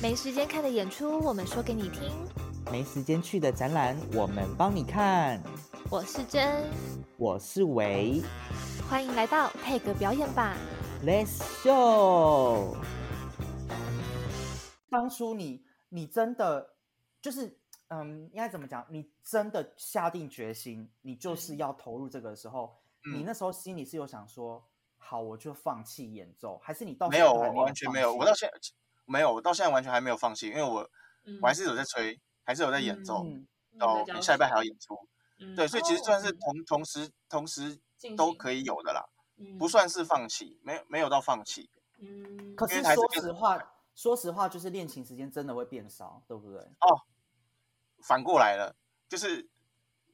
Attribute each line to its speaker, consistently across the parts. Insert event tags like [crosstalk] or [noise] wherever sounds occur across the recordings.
Speaker 1: 没时间看的演出，我们说给你听。
Speaker 2: 没时间去的展览，我们帮你看。
Speaker 1: 我是真，
Speaker 2: 我是维
Speaker 1: 欢迎来到配格表演吧。
Speaker 2: ，Let's show。当初你你真的就是嗯，应该怎么讲？你真的下定决心，你就是要投入这个的时候，你
Speaker 3: 嗯
Speaker 2: 那时候心里是有想说，好，我就放弃演奏，还是你到
Speaker 3: 没
Speaker 2: 现在
Speaker 3: 有，
Speaker 2: 还
Speaker 3: 我完全
Speaker 2: 放
Speaker 3: 没有，
Speaker 2: 弃
Speaker 3: 我到现在没有，我到现在完全还没有放弃，因为我
Speaker 4: 嗯
Speaker 3: 我还是有在吹，还是有在演奏，
Speaker 2: 嗯
Speaker 3: 到下礼拜还要演出，
Speaker 4: 嗯
Speaker 3: 对，所以其实
Speaker 1: 哦
Speaker 3: 算是同同时同时
Speaker 4: 进
Speaker 3: 都
Speaker 4: 行
Speaker 3: 可以有的啦，
Speaker 4: 嗯
Speaker 3: 不算是放弃，没有没有到放弃，
Speaker 4: 嗯，
Speaker 2: 可
Speaker 3: 因为
Speaker 2: 是
Speaker 3: 还是
Speaker 2: 说
Speaker 3: 跟
Speaker 2: 实话，说实话，就是练琴时间真的会变少，对不对？
Speaker 3: 反过来了，就是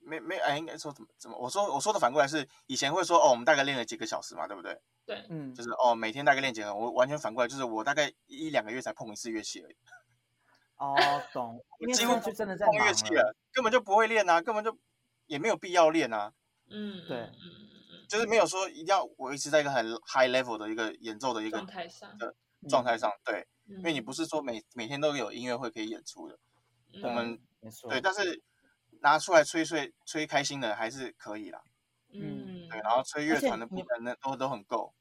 Speaker 3: 没没哎，应该说怎么怎么，我说我说的反过来是以前会说哦，我们大概练了几个小时嘛，对不对？
Speaker 4: 对，
Speaker 2: 嗯
Speaker 3: 就，是哦，每天大概练几个，我完全反过来，就是我大概一一两个月才碰一次乐器而已，
Speaker 2: 哦，懂。因为
Speaker 3: 几
Speaker 2: 现
Speaker 3: 乎
Speaker 2: 在就真的在
Speaker 3: 碰
Speaker 2: 忙
Speaker 3: 乐器了，根本就不会练啊，根本就也没有必要练啊。
Speaker 4: 嗯，
Speaker 2: 对
Speaker 4: 嗯嗯嗯
Speaker 3: 就是没有说一定要维持在一个很 high level 的一个演奏的一
Speaker 4: 嗯，
Speaker 3: 个
Speaker 4: 状态嗯上，
Speaker 3: 状态上，对，
Speaker 4: 因
Speaker 3: 因为你不是说每每天都有音乐会可以演出的，
Speaker 2: 对
Speaker 4: 嗯
Speaker 3: 我们
Speaker 2: 嗯没错，
Speaker 3: 对，但是拿出来吹吹吹开心的还是可以啦，
Speaker 4: 嗯
Speaker 3: 对，然后吹乐
Speaker 2: 而且
Speaker 3: 团的部
Speaker 2: 你
Speaker 3: 分呢都都很够，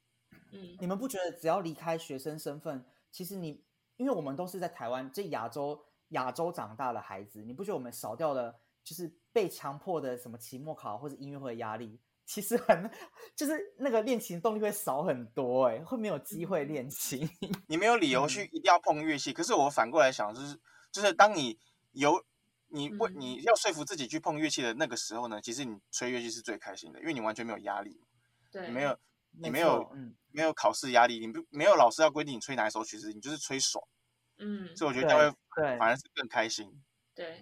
Speaker 4: 嗯
Speaker 2: 你们不觉得只要离开学生身份，其实你，因为我们都是在台湾这亚洲亚洲长大的孩子，你不觉得我们少掉了就是被强迫的什么期末考或者音乐会的压力？其实很，就是那个练琴动力会少很多、欸，哎，会没有机
Speaker 3: 嗯
Speaker 2: 会练琴。 [laughs]
Speaker 4: 嗯
Speaker 3: 你没有理由去一定要碰乐器。可是我反过来想，就是就是当你有你为
Speaker 4: 嗯
Speaker 3: 你要说服自己去碰乐器的那个时候呢，其实你吹乐器是最开心的，因为你完全没有压力，
Speaker 4: 对，
Speaker 3: 你没有你没
Speaker 2: 错
Speaker 3: 有
Speaker 2: 嗯，
Speaker 3: 没有考试压力，你不没有老师要规定你吹哪一首曲子，你就是吹爽，
Speaker 4: 嗯
Speaker 3: 所以我觉
Speaker 2: 对
Speaker 3: 得这样会
Speaker 2: 对
Speaker 3: 反，而是更开心。
Speaker 4: 对，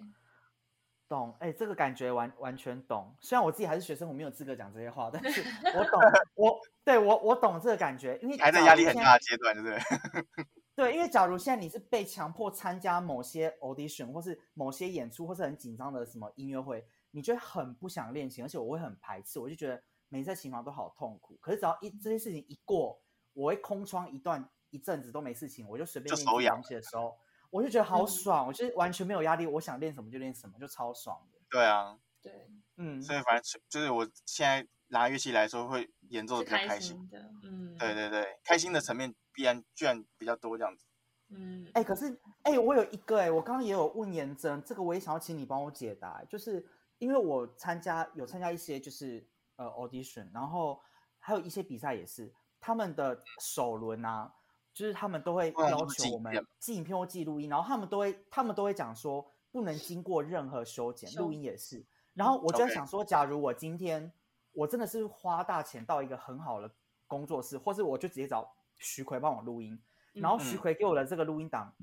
Speaker 2: 懂，哎、这个感觉完完全懂。虽然我自己还是学生，我没有资格讲这些话，但
Speaker 3: [laughs]
Speaker 2: 是我懂，我对我我懂这个感觉，因为
Speaker 3: 还在
Speaker 2: 假
Speaker 3: 压
Speaker 2: 如
Speaker 3: 力很
Speaker 2: 现
Speaker 3: 大的阶段，对不对？ [laughs]
Speaker 2: 对，因为假如现在你是被强迫参加某些 audition，或是某些演出，或是很紧张的什么音乐会，你就会很不想练琴，而且我会很排斥，我就觉得每次在琴房都好痛苦。可是只要一这些事情一过，我会空窗一段一阵子都没事情，我就随便
Speaker 3: 就
Speaker 2: 练
Speaker 3: 手
Speaker 2: 一些
Speaker 3: 痒
Speaker 2: 东西的时候，我就觉得好
Speaker 4: 嗯
Speaker 2: 爽，我就是完全没有压力，我想练什么就练什么，就超爽的。
Speaker 3: 对啊，
Speaker 4: 对，
Speaker 2: 嗯，
Speaker 3: 所以反正吹就是我现在拿乐器来说，会演奏的
Speaker 4: 是
Speaker 3: 比较开心。
Speaker 4: 心的，嗯，
Speaker 3: 对，对对，开心的层面必然居然比较多这样子。
Speaker 4: 嗯，
Speaker 2: 哎、可是哎、我有一个哎、我刚刚也有问颜真，这个我也想要请你帮我解答、就是因为我参加有参加一些就是呃 audition，然后还有一些比赛也是，他们的首轮啊，就是他们都会
Speaker 3: 嗯
Speaker 2: 要
Speaker 3: 都
Speaker 2: 求
Speaker 3: 是记
Speaker 2: 我
Speaker 3: 影
Speaker 2: 们
Speaker 3: 片
Speaker 2: 记影片或记录音，然后他们都会他们都会讲说不能经过任何修剪，
Speaker 4: 修
Speaker 2: 录音也是。然后我就在
Speaker 3: 嗯 OK
Speaker 2: 想说，假如我今天我真的是花大钱到一个很好的工作室，或是我就直接找徐奎帮我录音，然后徐
Speaker 3: 嗯
Speaker 2: 奎给我的这个录音档，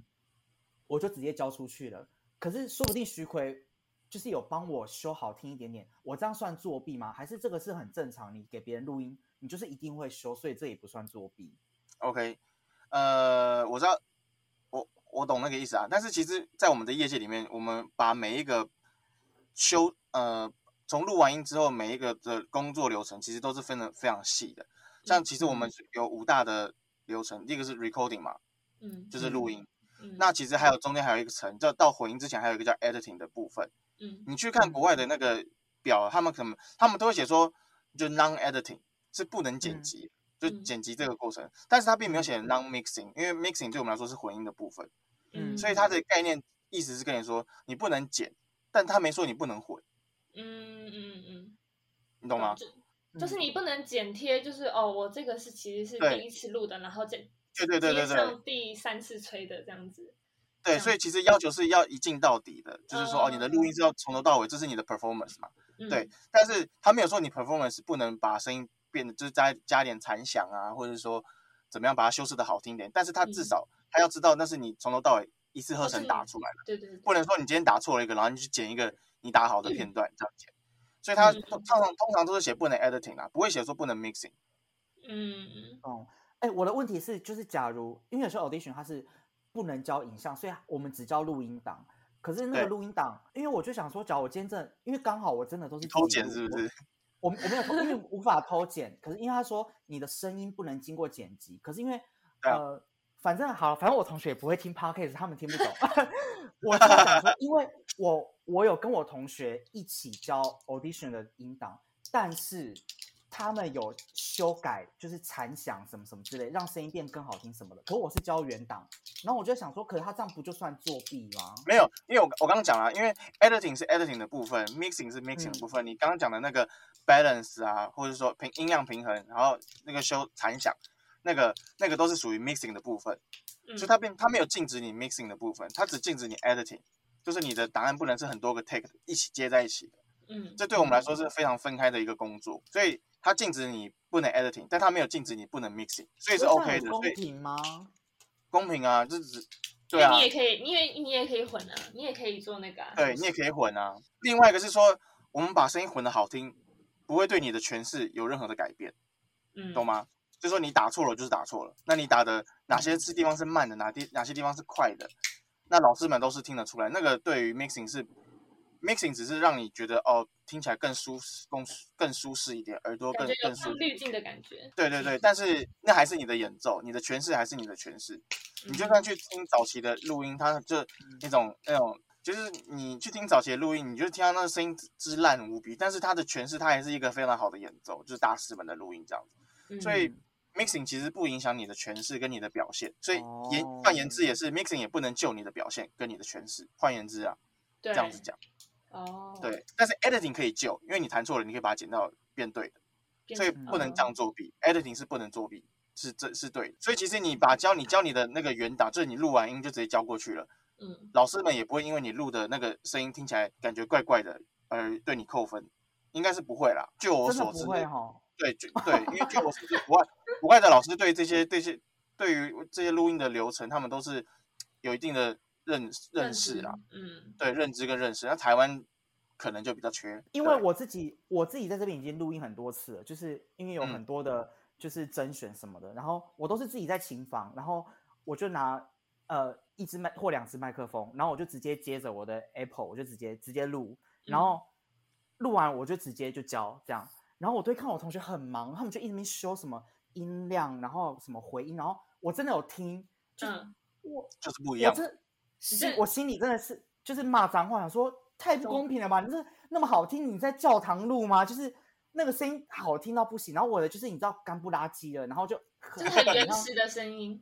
Speaker 2: 我就直接交出去了。可是说不定徐奎就是有帮我修好听一点点，我这样算作弊吗？还是这个是很正常？你给别人录音，你就是一定会修，所以这也不算作弊。
Speaker 3: OK，呃，我知道，我我懂那个意思啊。但是其实，在我们的业界里面，我们把每一个修呃，从录完音之后，每一个的工作流程其实都是分的非常细的。
Speaker 4: 嗯
Speaker 3: 像其实我们有五大的流程，第一个是 recording 嘛，
Speaker 4: 嗯，
Speaker 3: 就是录音。
Speaker 4: 嗯
Speaker 3: 那其实还有中间还有一个层，叫到混音之前还有一个叫 editing 的部分。
Speaker 4: 嗯
Speaker 3: 你去看国外的那个表，他们可能他们都会写说，就 non editing 是不能剪
Speaker 2: 嗯
Speaker 3: 辑，就
Speaker 4: 嗯
Speaker 3: 剪辑这个过程，但是它并没有写 non mixing，因为 mixing 对我们来说是混音的部分，
Speaker 2: 嗯
Speaker 3: 所以它的概念意思是跟你说你不能剪，但他没说你不能混，
Speaker 4: 嗯嗯嗯，
Speaker 3: 你懂吗？
Speaker 4: 就就是
Speaker 2: 嗯
Speaker 4: 你不能剪贴，就是哦，我这个是其实是
Speaker 3: 对
Speaker 4: 第一次录的，然后再
Speaker 3: 对对对对
Speaker 4: 接
Speaker 3: 对
Speaker 4: 上第三次吹的这样子，
Speaker 3: 对，所以其实要求是要一镜到底的，就是说哦，你的录音是要从头到尾，这是你的 performance 嘛。
Speaker 4: 嗯
Speaker 3: 对，但是他没有说你 performance 不能把声音变得就是加加点残响啊，或者说怎么样把它修饰的好听点。但是他至
Speaker 4: 嗯
Speaker 3: 少他要知道那是你从头到尾一次合
Speaker 4: 哦是
Speaker 3: 成
Speaker 4: 你
Speaker 3: 打出来的，
Speaker 4: 对对，对
Speaker 3: 不能说你今天打错了一个，然后你去剪一个你打好的片段这样剪。所以他
Speaker 4: 嗯
Speaker 3: 通常通常都是写不能 editing 啊，不会写说不能 mixing。
Speaker 4: 嗯
Speaker 2: 哦、哎，我的问题是，就是假如因为有时候 audition 它是不能教影像，所以我们只教录音档。可是那个
Speaker 3: 对
Speaker 2: 录音档，因为我就想说，假如我今天真的，因为刚好我真的都是
Speaker 3: 偷
Speaker 2: 自己
Speaker 3: 剪
Speaker 2: 录
Speaker 3: 是不
Speaker 2: 我
Speaker 3: 是？
Speaker 2: 我我没有偷，因为无法偷剪。可是因为他说你的声音不能经过剪辑，可是因为、
Speaker 3: 对啊
Speaker 2: 呃，反正好，反正我同学也不会听 podcast，他们听不懂。 [laughs] 我就想说，因为我我有跟我同学一起教 audition 的音档，但是他们有修改，就是残响什么什么之类，让声音变更好听什么的。可我是教原档，然后我就想说，可是他这样不就算作弊吗？
Speaker 3: 没有，因为我我刚刚讲了，啊因为 editing 是 editing 的部分，mixing 是 mixing 的部分。你刚刚讲的那个 balance 啊，或者说平音量平衡，然后那个修残响，那个那个都是属于 mixing 的部分，
Speaker 4: 嗯
Speaker 3: 所以它并它没有禁止你 mixing 的部分，它只禁止你 editing，就是你的档案不能是很多个 take 一起接在一起的。
Speaker 4: 嗯
Speaker 3: 这对我们来说是非常分开的一个工作，所以它禁止你不能 editing，但它没有禁止你不能 mixing，所以
Speaker 2: 不这
Speaker 3: 是
Speaker 2: 样
Speaker 3: OK
Speaker 2: 很
Speaker 3: 的，
Speaker 2: 公
Speaker 3: 所以
Speaker 2: 平吗？
Speaker 3: 公平啊，就是只对
Speaker 4: 那
Speaker 3: 啊
Speaker 4: 你，也可以，因为你也可以混啊，你也可以做那个、啊。
Speaker 3: 对你也可以混啊。另外一个是说，我们把声音混的好听，不会对你的诠释有任何的改变，
Speaker 4: 嗯，
Speaker 3: 懂吗？就说你打错了就是打错了，那你打的哪些是地方是慢的，哪地哪些地方是快的，那老师们都是听得出来。那个对于 mixing 是 mixing 只是让你觉得哦听起来更舒适、更更舒适一点，耳朵
Speaker 4: 感
Speaker 3: 更
Speaker 4: 觉有
Speaker 3: 更舒
Speaker 4: 像
Speaker 3: 服。
Speaker 4: 滤镜的感觉。
Speaker 3: 对对对，但是那还是你的演奏，你的诠释还是你的诠释。
Speaker 4: 嗯
Speaker 3: 你就算去听早期的录音，它就那种那种，就是你去听早期的录音，你就听到那个声音之之烂无比，但是它的诠释，它还是一个非常好的演奏，就是大师们的录音这样子。
Speaker 4: 嗯，
Speaker 3: 所以
Speaker 2: 嗯
Speaker 3: mixing 其实不影响你的诠释跟你的表现，所以言
Speaker 2: 哦
Speaker 3: 换言之也是 mixing 也不能救你的表现跟你的诠释。换言之啊，
Speaker 4: 对
Speaker 3: 这样子讲，
Speaker 4: 哦，
Speaker 3: 对。但是 editing 可以救，因为你弹错了，你可以把它剪到变对的。
Speaker 4: 变
Speaker 3: 所以
Speaker 4: 成
Speaker 3: 不能
Speaker 4: 哦
Speaker 3: 这样作弊。Editing 是不能作弊，是这是对的。所以其实你把教你教你的那个原档，就是你录完音就直接交过去了，
Speaker 4: 嗯
Speaker 3: 老师们也不会因为你录的那个声音听起来感觉怪怪的而对你扣分，应该是不会啦。据我
Speaker 2: 真的
Speaker 3: 所知
Speaker 2: 不，会哦哈。 [laughs]
Speaker 3: 对就对，因为据我所知，国外国外的老师对这些对些对于这些录音的流程，他们都是有一定的认认识啊啦，。
Speaker 4: 嗯
Speaker 3: 对认知跟认识。那台湾可能就比较缺，
Speaker 2: 因为
Speaker 3: 对
Speaker 2: 我自己我自己在这边已经录音很多次了，就是因为有
Speaker 3: 嗯
Speaker 2: 很多的就是甄选什么的，然后我都是自己在琴房，然后我就拿呃一支麦或两支麦克风，然后我就直接接着我的 Apple，我就直接直接录，然
Speaker 4: 嗯
Speaker 2: 后录完我就直接就交这样，然后我都会看我同学很忙，他们就一直在那边修什么音量，然后什么回音，然后我真的有听，就
Speaker 4: 嗯，
Speaker 2: 我
Speaker 3: 就是不一
Speaker 2: 我
Speaker 3: 样。
Speaker 2: 这心
Speaker 4: 这
Speaker 2: 我心里真的是就是骂脏话，想说太不
Speaker 4: 懂
Speaker 2: 公平了吧？你这那么好听，你在教堂录吗？就是那个声音好听到不行，然后我的就是你知道干不拉几的，然后就
Speaker 4: 就
Speaker 2: 很
Speaker 4: 是很原
Speaker 2: 像
Speaker 4: 始的
Speaker 2: [laughs]
Speaker 4: 声音。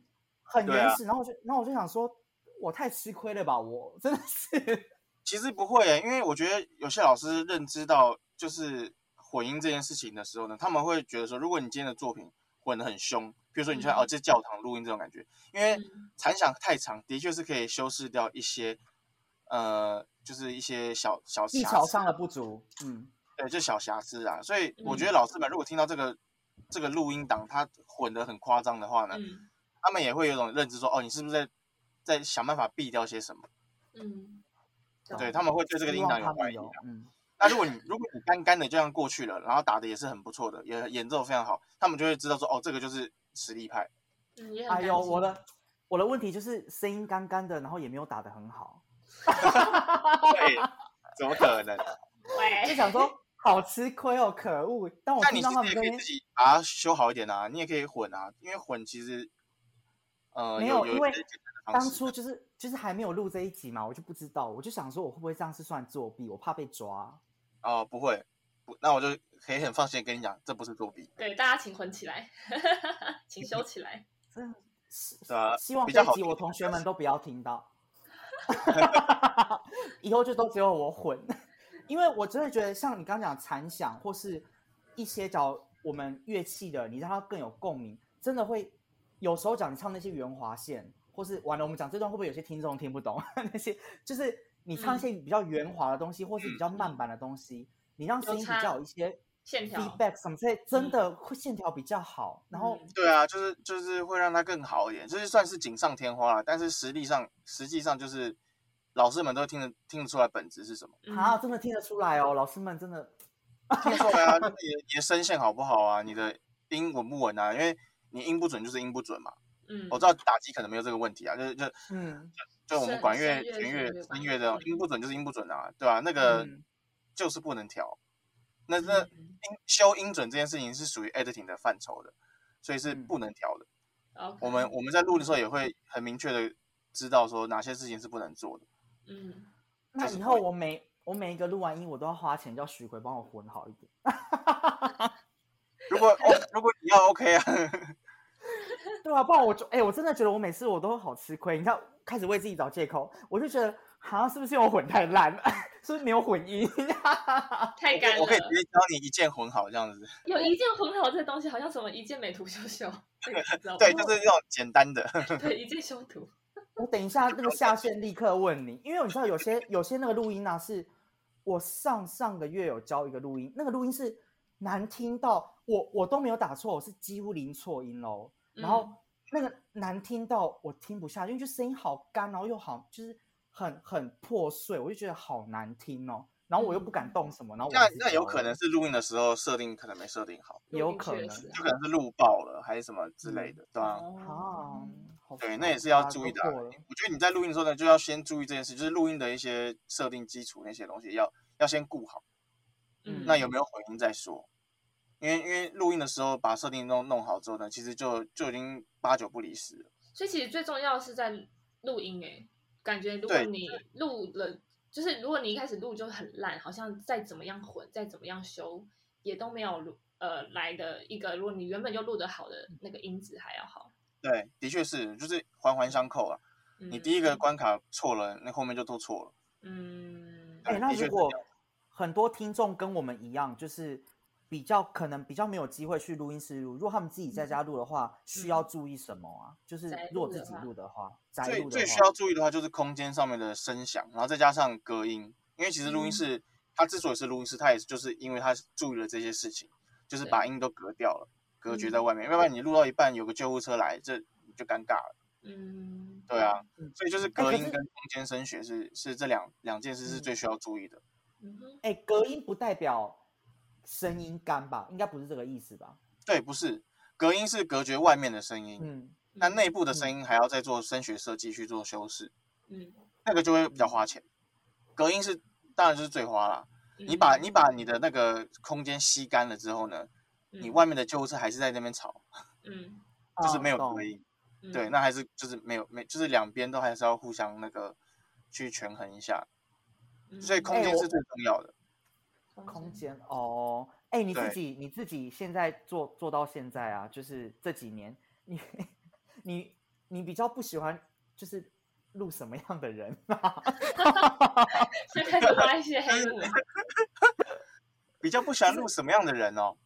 Speaker 2: 很
Speaker 3: 对
Speaker 2: 原
Speaker 3: 啊
Speaker 2: 始，然后我就然后我就想说，我太吃亏了吧？我真的是
Speaker 3: 其实不会欸耶，因为我觉得有些老师认知到就是混音这件事情的时候呢，他们会觉得说，如果你今天的作品混得很凶，比如说你像、
Speaker 4: 嗯
Speaker 3: 哦这教堂录音这种感觉，因为
Speaker 4: 嗯
Speaker 3: 残响太长，的确是可以修饰掉一些呃，就是一些小小
Speaker 2: 技
Speaker 3: 瑕
Speaker 2: 巧
Speaker 3: 疵
Speaker 2: 上，的不足，嗯，
Speaker 3: 对，就小瑕疵啊。所以我觉
Speaker 4: 嗯
Speaker 3: 得老师们如果听到这个这个录音档它混得很夸张的话呢，
Speaker 4: 嗯
Speaker 3: 他们也会有一种认知说，哦，你是不是在在想办法避掉些什么？
Speaker 4: 嗯，
Speaker 3: 对他们会对这个
Speaker 2: 啊希
Speaker 3: 音
Speaker 2: 望
Speaker 3: 档有
Speaker 2: 他
Speaker 3: 怀
Speaker 2: 们
Speaker 3: 疑啊
Speaker 2: 有。，嗯，
Speaker 3: 那如果你如果你干干的这样过去了，然后打的也是很不错的，也演奏非常好，他们就会知道说，哦，这个就是实力派。
Speaker 4: 嗯，也很
Speaker 2: 哎呦，
Speaker 4: 担心
Speaker 2: 我的我的问题就是声音干干的，然后也没有打得很好，
Speaker 3: [laughs] 对，怎么可能？
Speaker 2: 就
Speaker 4: 喂， [laughs]
Speaker 2: 想说好吃亏哦，可恶！但我
Speaker 3: 那
Speaker 2: 听
Speaker 3: 你
Speaker 2: 到
Speaker 3: 其
Speaker 2: 他们
Speaker 3: 实也
Speaker 2: 这
Speaker 3: 可以
Speaker 2: 边
Speaker 3: 自己把它修好一点啊，你也可以混啊，因为混其实，呃，
Speaker 2: 没
Speaker 3: 有
Speaker 2: 有
Speaker 3: 有
Speaker 2: 因
Speaker 3: 一
Speaker 2: 为
Speaker 3: 些简单的
Speaker 2: 当
Speaker 3: 方式。
Speaker 2: 初就是就是还没有录这一集嘛，我就不知道，我就想说我会不会这样是算作弊，我怕被抓。
Speaker 3: 哦，不会，不，那我就可以很放心地跟你讲，这不是作弊，
Speaker 4: 对大家请混起来，请修起来。
Speaker 2: 是
Speaker 3: 对啊
Speaker 2: 希望
Speaker 3: 比
Speaker 2: 这
Speaker 3: 较
Speaker 2: 一
Speaker 3: 好
Speaker 2: 集我
Speaker 3: 听
Speaker 2: 同学们都不要听
Speaker 3: [laughs]
Speaker 2: 到，以后就都只有我混，因为我真的觉得像你刚刚讲残响或是一些找我们乐器的，你让它更有共鸣，真的会有时候讲你唱那些圆滑线，或是完了我们讲这段会不会有些听众听不懂 [laughs] 那些，就是你唱
Speaker 4: 嗯
Speaker 2: 一些比较圆滑的东西，或是比较慢板的东西，你让声音比
Speaker 4: 差
Speaker 2: 较有一些
Speaker 4: 线条
Speaker 2: feedback 什么之类，真
Speaker 4: 嗯
Speaker 2: 的会线条比较好，然后。
Speaker 4: 嗯
Speaker 3: 对啊，就是就是会让它更好一点，就是算是锦上添花了，但是实力上实际上就是老师们都听得听得出来本质是什么。
Speaker 2: 啊，
Speaker 4: 嗯
Speaker 2: 真的听得出来哦，老师们真的
Speaker 4: [laughs]
Speaker 3: 听出来啊，就是你的你的声线好不好啊，你的音稳不稳啊？因为你音不准就是音不准嘛。
Speaker 4: 嗯，
Speaker 3: 我知道打击可能没有这个问题啊，就是就
Speaker 2: 嗯，
Speaker 3: 就我们
Speaker 4: 声
Speaker 3: 管乐、
Speaker 4: 声乐
Speaker 3: 弦乐
Speaker 4: 弦乐、吧
Speaker 3: 音乐的哦
Speaker 4: 嗯
Speaker 3: 音不准就是音不准啊，对吧、那个
Speaker 2: 嗯
Speaker 3: 就是不能调。那那
Speaker 4: 嗯
Speaker 3: 音修音准这件事情是属于 editing 的范畴的，所以是
Speaker 2: 嗯
Speaker 3: 不能调的。
Speaker 4: OK，
Speaker 3: 我们我们在录的时候也会很明确的知道说哪些事情是不能做的。
Speaker 4: 嗯，
Speaker 2: 那
Speaker 3: 是
Speaker 2: 以
Speaker 3: 会
Speaker 2: 后我每我每一个录完音，我都要花钱叫许葵帮我混好一
Speaker 3: [laughs]
Speaker 2: 点。
Speaker 3: 如果哦，如果你要 OK 啊，
Speaker 2: 对啊，不然我就哎、我真的觉得我每次我都好吃亏。你看，开始为自己找借口，我就觉得好是不是因为我混太烂， [laughs] 是不是没有混音？
Speaker 4: 太干了。
Speaker 3: 我可以直接教你一键混好这样子。
Speaker 4: 有一件混好这东西，好像什么一件美图秀秀，这个你知道吗
Speaker 3: 对，就是那种简单的。
Speaker 4: 对一件修图。
Speaker 2: 我等一下那个下线立刻问你，因为你知道有些有些那个录音啊，是我上上个月有教一个录音，那个录音是难听到我我都没有打错，我是几乎零错音喽。然
Speaker 3: 嗯
Speaker 2: 后那个难听到我听不下去，因为就声音好干，然后又好就是很很破碎，我就觉得好难听哦。然后我又不敢动什么，然后我
Speaker 3: 那
Speaker 2: 还是
Speaker 3: 那有
Speaker 2: 教
Speaker 3: 可
Speaker 2: 了
Speaker 3: 能是录音的时候设定可能没设定好，
Speaker 4: 嗯
Speaker 2: 有
Speaker 4: 录音
Speaker 2: 可
Speaker 4: 确
Speaker 2: 能
Speaker 4: 实
Speaker 3: 就可能是录爆了还是什么之类的，对
Speaker 4: 哦
Speaker 3: 吧、
Speaker 2: 啊，好
Speaker 3: 对，
Speaker 2: 烦
Speaker 3: 那也是要
Speaker 2: 啊
Speaker 3: 注
Speaker 2: 都
Speaker 3: 意的啊、
Speaker 2: 过了
Speaker 3: 我觉得你在录音的时候呢，就要先注意这件事，就是录音的一些设定基础那些东西要要先顾好。
Speaker 4: 嗯，
Speaker 3: 那有没有混音再说？因为因为录音的时候把设定弄弄好之后呢，其实就就已经八九不离十了。
Speaker 4: 所以其实最重要的是在录音诶，感觉如果
Speaker 3: 对
Speaker 4: 你录了，就是如果你一开始录就很烂，好像再怎么样混，再怎么样修，也都没有录呃来的一个，如果你原本就录得好的那个音质还要好。
Speaker 3: 对，的确是，就是环环相扣啊。
Speaker 4: 嗯、
Speaker 3: 你第一个关卡错了，那后面就都错了。
Speaker 4: 嗯，
Speaker 2: 哎、
Speaker 3: 对
Speaker 2: 那
Speaker 3: 的
Speaker 2: 如
Speaker 3: 确是
Speaker 2: 果
Speaker 3: 这样
Speaker 2: 很多听众跟我们一样，就是比较可能比较没有机会去录音室录，如果他们自己在家录的话，需要注意什么啊？就是
Speaker 4: 嗯宅
Speaker 2: 如果
Speaker 4: 录
Speaker 2: 自
Speaker 4: 的
Speaker 2: 己
Speaker 4: 话
Speaker 2: 录的话，宅
Speaker 3: 最
Speaker 2: 录的
Speaker 3: 最需
Speaker 2: 话
Speaker 3: 要注意的话就是空间上面的声响，然后再加上隔音，因为其实录音
Speaker 4: 嗯
Speaker 3: 室、它之所以是录音室，它也是就是因为它注意了这些事情，就是
Speaker 4: 对
Speaker 3: 把音都隔掉了，隔绝在
Speaker 4: 嗯
Speaker 3: 外面，要不然你录到一半有个救护车来，这你就尴尬了。
Speaker 4: 嗯，
Speaker 3: 对啊
Speaker 2: 嗯，
Speaker 3: 所以就是
Speaker 2: 可
Speaker 3: 隔音
Speaker 2: 是
Speaker 3: 跟空间声学是是这两两件事是
Speaker 2: 嗯
Speaker 3: 最需要注意的。
Speaker 4: 嗯哼，
Speaker 2: 哎、隔音不代表声音干吧？应该不是这个意思吧？
Speaker 3: 对，不是隔音是隔绝外面的声音，
Speaker 2: 嗯，
Speaker 3: 那内部的声音还要再做声学设计去做修饰，
Speaker 4: 嗯，
Speaker 3: 那个就会比较花钱。隔音是当然就是最花啦，
Speaker 4: 嗯
Speaker 3: 你把你把你的那个空间吸干了之后呢，你外面的救护车还是在那边吵，
Speaker 4: 嗯
Speaker 3: 就是
Speaker 2: 啊
Speaker 3: 没有
Speaker 2: 懂
Speaker 3: 隔音。
Speaker 4: 嗯
Speaker 3: 对，那还是就是没有没就是两边都还是要互相那个去权衡一下，
Speaker 4: 嗯
Speaker 3: 所以空
Speaker 2: 哎
Speaker 3: 间
Speaker 2: 我
Speaker 3: 是最重要的。
Speaker 2: 哎
Speaker 4: [laughs]
Speaker 2: 空间哦。哎、你自
Speaker 3: 对
Speaker 2: 己你自己现在做做到现在啊，就是这几年，你 [laughs] 你你比较不喜欢就是录什么样的人啊？
Speaker 4: 所以开始挖一些黑幕，
Speaker 3: 比较不喜欢录什么样的人哦？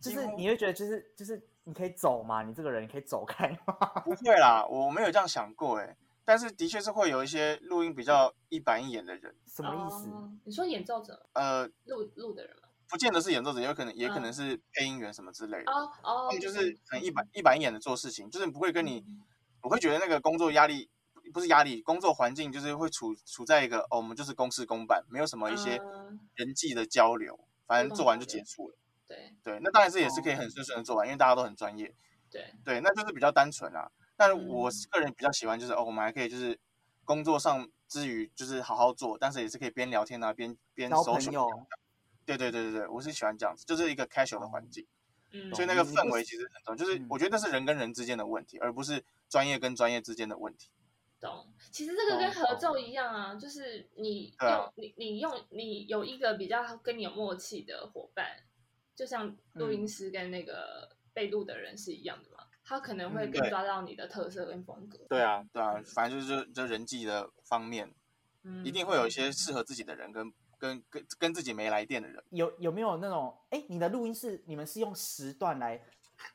Speaker 2: 就
Speaker 3: 几
Speaker 2: 是
Speaker 3: 乎
Speaker 2: 你会觉得就是就是你可以走嘛，你这个人你可以走开吗？
Speaker 3: 不会啦，我没有这样想过哎，但是的确是会有一些录音比较一板一眼的人，
Speaker 2: 什么意思？
Speaker 4: [laughs] 哦你说演奏者
Speaker 3: 呃，
Speaker 4: 录录的人吗？
Speaker 3: 不见得是演奏者，有可能也可
Speaker 4: 嗯
Speaker 3: 能是配音员什么之类的，
Speaker 4: 哦
Speaker 3: 他
Speaker 4: 哦，
Speaker 3: 们就是很一板一板一眼的做事情，就是不会跟你，我会觉得那个工作压力不是压力，工作环境就是会处处在一个哦，我们就是公事公办，没有什么一些
Speaker 4: 嗯
Speaker 3: 人际的交流，反正做完就结束了。
Speaker 4: 对
Speaker 3: 对，那当然是也是可以
Speaker 2: 哦
Speaker 3: 很顺顺的做完，因为大家都很专业。
Speaker 4: 对，
Speaker 3: 对，那就是比较单纯啊。但
Speaker 4: 嗯
Speaker 3: 我是个人比较喜欢，就是、哦，我们还可以就是工作上之余，就是好好做，但是也是可以边聊天啊，边边
Speaker 2: 交
Speaker 3: 搜
Speaker 2: 朋友，
Speaker 3: 对对对对对，我是喜欢这样子，就是一个 casual 的环境，
Speaker 4: 嗯，
Speaker 3: 所以那
Speaker 2: 哦懂
Speaker 3: 个
Speaker 2: 你你
Speaker 3: 氛
Speaker 2: 不
Speaker 3: 围
Speaker 2: 是
Speaker 3: 其实很重要。就是
Speaker 2: 嗯
Speaker 3: 我觉得那是人跟人之间的问题，而不是专业跟专业之间的问题。
Speaker 4: 懂。其实这个
Speaker 2: 懂
Speaker 4: 跟合
Speaker 2: 懂
Speaker 4: 奏一样啊，就是你
Speaker 3: 对啊
Speaker 4: 用你你用你有一个比较跟你有默契的伙伴，就像录
Speaker 3: 嗯
Speaker 4: 音师跟那个被录的人是一样的嘛，他可能会
Speaker 2: 嗯
Speaker 4: 更
Speaker 3: 对
Speaker 4: 抓到你的特色跟风格。
Speaker 3: 对啊，对啊，反正就是就人际的方面，
Speaker 4: 嗯，
Speaker 3: 一定会有一些适合自己的人跟跟跟跟自己没来电的人。
Speaker 2: 有有没有那种哎、你的录音室你们是用时段来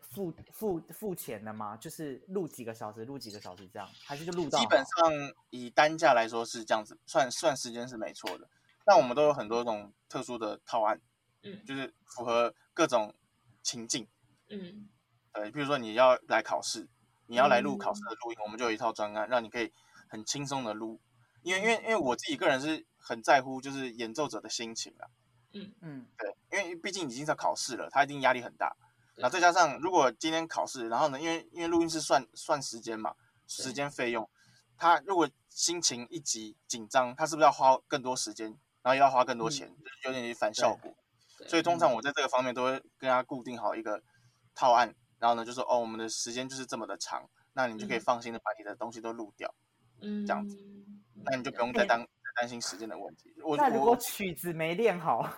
Speaker 2: 付付付钱的吗？就是录几个小时，录几个小时这样，还是就录到
Speaker 3: 基本
Speaker 2: 好
Speaker 3: 上以单价来说是这样子，算算时间是没错的。但我们都有很多种特殊的套案，
Speaker 4: 嗯
Speaker 3: 就是符合各种情境。
Speaker 4: 嗯
Speaker 3: 呃，比如说你要来考试，你要来录
Speaker 4: 嗯
Speaker 3: 考试的录音，我们就有一套专案，让你可以很轻松的录。因为因为因为我自己个人是很在乎就是演奏者的心情啊，
Speaker 2: 嗯
Speaker 3: 对，因为毕竟已经在考试了，他一定压力很大。
Speaker 4: 对
Speaker 3: 然后再加上如果今天考试，然后呢，因为因为录音是算算时间嘛，时间费用，他如果心情一急紧张，他是不是要花更多时间，然后又要花更多
Speaker 2: 嗯
Speaker 3: 钱，就是有点反效果。
Speaker 4: 对嗯
Speaker 3: 所以通常我在这个方面都会跟他固定好一个套案，然后呢就说哦，我们的时间就是这么的长，那你就可以
Speaker 4: 嗯
Speaker 3: 放心的把你的东西都录掉，
Speaker 4: 嗯，
Speaker 3: 这样子那你就不用再担再担心时间的问题。我
Speaker 2: 那如
Speaker 3: 我
Speaker 2: 果曲子没练好，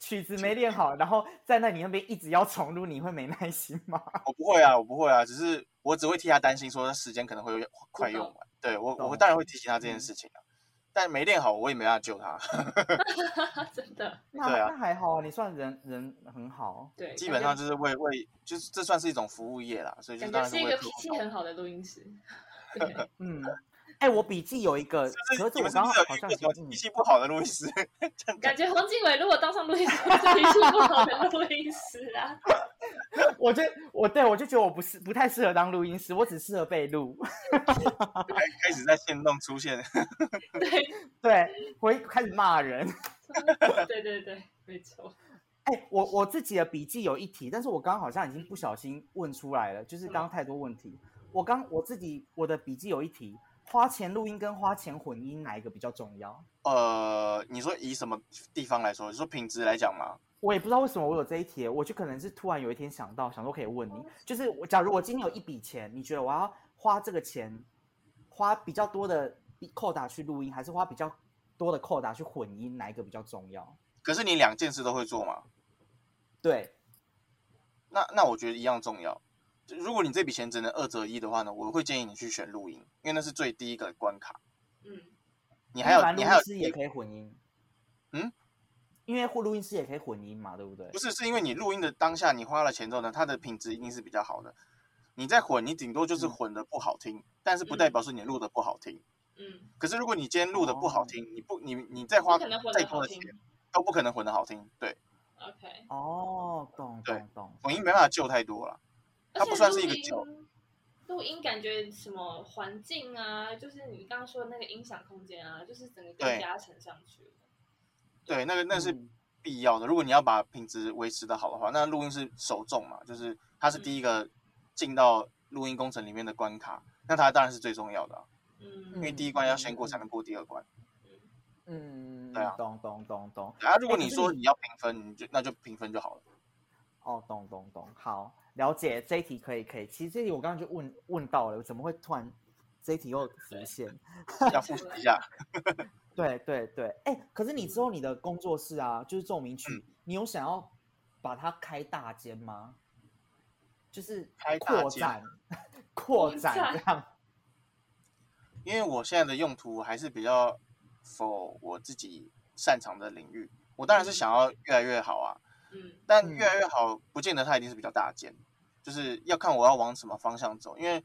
Speaker 2: 曲子没练好，然后在那你那边一直要重录，你会没耐心吗？ [laughs]
Speaker 3: 我不会啊，我不会啊，只是我只会替他担心，说他时间可能会快用完。对我，我
Speaker 2: 懂
Speaker 3: 当然会提醒他这件
Speaker 2: 嗯
Speaker 3: 事情啊，但没练好我也没办法救他。
Speaker 4: 真的
Speaker 2: 那、
Speaker 3: 对啊
Speaker 2: 那还好啊，你算人人很好。啊
Speaker 4: 对，
Speaker 3: 基本上就是为为，就是这算是一种服务业啦，所以就当
Speaker 4: 感觉
Speaker 3: 然
Speaker 4: 是一
Speaker 3: 为
Speaker 4: 个
Speaker 3: 客
Speaker 4: 脾
Speaker 3: 户
Speaker 4: 气
Speaker 3: 好
Speaker 4: 很好的录音师。对
Speaker 3: [laughs]
Speaker 2: 嗯，哎、我笔记有一个，
Speaker 3: 就是
Speaker 2: 可是
Speaker 3: 你
Speaker 2: 我
Speaker 3: 们是
Speaker 2: 刚
Speaker 3: 不
Speaker 2: 刚
Speaker 3: 是有
Speaker 2: 好
Speaker 3: 遇
Speaker 2: 像
Speaker 3: 过
Speaker 2: 已
Speaker 3: 什么
Speaker 2: 经嗯
Speaker 3: 脾气不好的路易斯？ [laughs] 这样
Speaker 4: 感觉洪敬伟如果当上录音师，是脾气不好的录音师啊。 [laughs]
Speaker 2: 嗯，我就我对我就觉得我不是不太适合当录音师，我只适合被录。 [laughs]
Speaker 3: 开开始在线动出现，
Speaker 4: 对， [laughs]
Speaker 2: 对，我一开始骂人。
Speaker 4: 对对对，没错。
Speaker 2: 哎、我我自己的笔记有一题，但是我刚刚好像已经不小心问出来了，就是
Speaker 4: 什么
Speaker 2: 刚刚太多问题。我刚我自己我的笔记有一题，花钱录音跟花钱混音哪一个比较重要？
Speaker 3: 呃，你说以什么地方来说？你说品质来讲吗？
Speaker 2: 我也不知道为什么我有这一题，我就可能是突然有一天想到，想说可以问你，就是我假如我今天有一笔钱，你觉得我要花这个钱，花比较多的扣打去录音，还是花比较多的扣打去混音，哪一个比较重要？
Speaker 3: 可是你两件事都会做吗？
Speaker 2: 对，
Speaker 3: 那那我觉得一样重要。就如果你这笔钱只能二择一的话呢，我会建议你去选录音，因为那是最低一个关卡。
Speaker 4: 嗯，
Speaker 3: 你还有
Speaker 2: 因为反
Speaker 3: 你
Speaker 2: 正
Speaker 3: 还
Speaker 2: 录
Speaker 3: 有
Speaker 2: 音师也可以混音，
Speaker 3: 嗯，
Speaker 2: 因为录音师也可以混音嘛，对不对
Speaker 3: 不？是，是因为你录音的当下，你花了钱之后呢，它的品质一定是比较好的。你再混，你顶多就是
Speaker 2: 嗯
Speaker 3: 混的不好听，但是不代表说你录的不好听。
Speaker 4: 嗯，
Speaker 3: 可是如果你今天录的不好
Speaker 2: 哦
Speaker 3: 听，你不你你再
Speaker 4: 不
Speaker 3: 花
Speaker 4: 可能混
Speaker 3: 再
Speaker 4: 得
Speaker 3: 多
Speaker 4: 好
Speaker 3: 的
Speaker 4: 听
Speaker 3: 钱，。都不可能混的好听。对，
Speaker 4: OK，
Speaker 2: 哦，懂
Speaker 3: 对
Speaker 2: 懂懂，
Speaker 3: 混音没办法救太多了。它
Speaker 4: 而且
Speaker 3: 不算是一
Speaker 4: 录
Speaker 3: 个
Speaker 4: 音
Speaker 3: 酒
Speaker 4: 录音感觉什么环境啊，就是你刚刚说的那个音响空间啊，就是整个
Speaker 3: 对
Speaker 4: 更加乘上去了。
Speaker 3: 对，那个那是
Speaker 2: 嗯
Speaker 3: 必要的。如果你要把品质维持的好的话，那录音是首重嘛，就是它
Speaker 2: 嗯
Speaker 3: 是第一个进到录音工程里面的关卡，那它当然是最重要的啊、因为
Speaker 4: 嗯
Speaker 3: 第一关要先
Speaker 2: 嗯
Speaker 3: 过
Speaker 2: 嗯
Speaker 3: 才能过第二关。
Speaker 2: 嗯，
Speaker 3: 对啊
Speaker 2: 懂懂懂懂，
Speaker 3: 对啊，如果
Speaker 2: 哎可
Speaker 3: 你
Speaker 2: 是
Speaker 3: 说
Speaker 2: 你
Speaker 3: 你要评分，你就那就评分就好了。
Speaker 2: 哦，懂懂懂，好，了解这一题可以可以。其实这题我刚刚就问问到了，我怎么会突然这一题又浮现？
Speaker 4: 嗯
Speaker 3: 要复习一下。
Speaker 2: 对对对，哎、可是你之
Speaker 3: 嗯
Speaker 2: 后你的工作室啊，就是奏鸣曲，你有想要把它开大间吗？就是
Speaker 3: 开大
Speaker 2: 扩
Speaker 3: 间啊
Speaker 2: 展扩
Speaker 4: 扩
Speaker 2: 展
Speaker 4: 展
Speaker 2: 这样。
Speaker 3: 因为我现在的用途还是比较 for 我自己擅长的领域，我当然是想要越来越好啊，
Speaker 4: 嗯
Speaker 3: 但越来越好不见得它一定是比较大间，就是要看我要往什么方向走。因为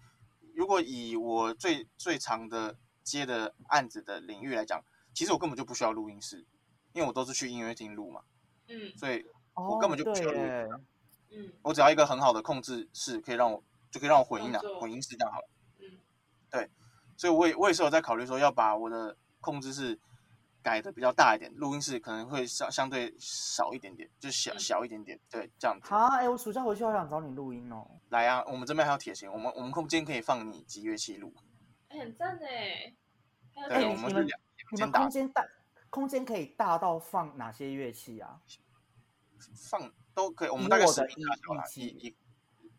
Speaker 3: 如果以我最最长的接的案子的领域来讲，其实我根本就不需要录音室，因为我都是去音乐厅录嘛，
Speaker 4: 嗯
Speaker 3: 所以
Speaker 2: 哦，
Speaker 3: 我根本就不
Speaker 2: 对
Speaker 3: 需要录音啊
Speaker 2: 耶
Speaker 4: 嗯
Speaker 3: 我只要一个很好的控制室，可以让我就可以让我混音啊
Speaker 4: 动，作
Speaker 3: 混音室这样好了。
Speaker 4: 嗯
Speaker 3: 所以我也我也是有在考虑说要把我的控制室改的比较大一点，录音室可能会相相对少一点点，就小
Speaker 4: 嗯
Speaker 3: 小一点点，对，这样子。
Speaker 2: 好，哎、我暑假回去好想找你录音哦。
Speaker 3: 来啊，我们这边还有铁琴，我们我们空间可以放你及乐器录，
Speaker 4: 哎，很赞哎。还有
Speaker 3: 对，
Speaker 4: 这
Speaker 3: 我
Speaker 4: 种
Speaker 3: 们
Speaker 2: 你
Speaker 3: 是
Speaker 2: 们
Speaker 3: 两
Speaker 2: 你
Speaker 3: 先
Speaker 2: 们
Speaker 3: 打
Speaker 2: 空间大，空间可以大到放哪些乐器啊？
Speaker 3: 放都可以，我们
Speaker 2: 以
Speaker 3: 大概
Speaker 2: 我
Speaker 3: 十
Speaker 2: 的
Speaker 3: 平大
Speaker 2: 意
Speaker 3: 小啦
Speaker 2: 意，
Speaker 3: 一
Speaker 2: 见
Speaker 3: 一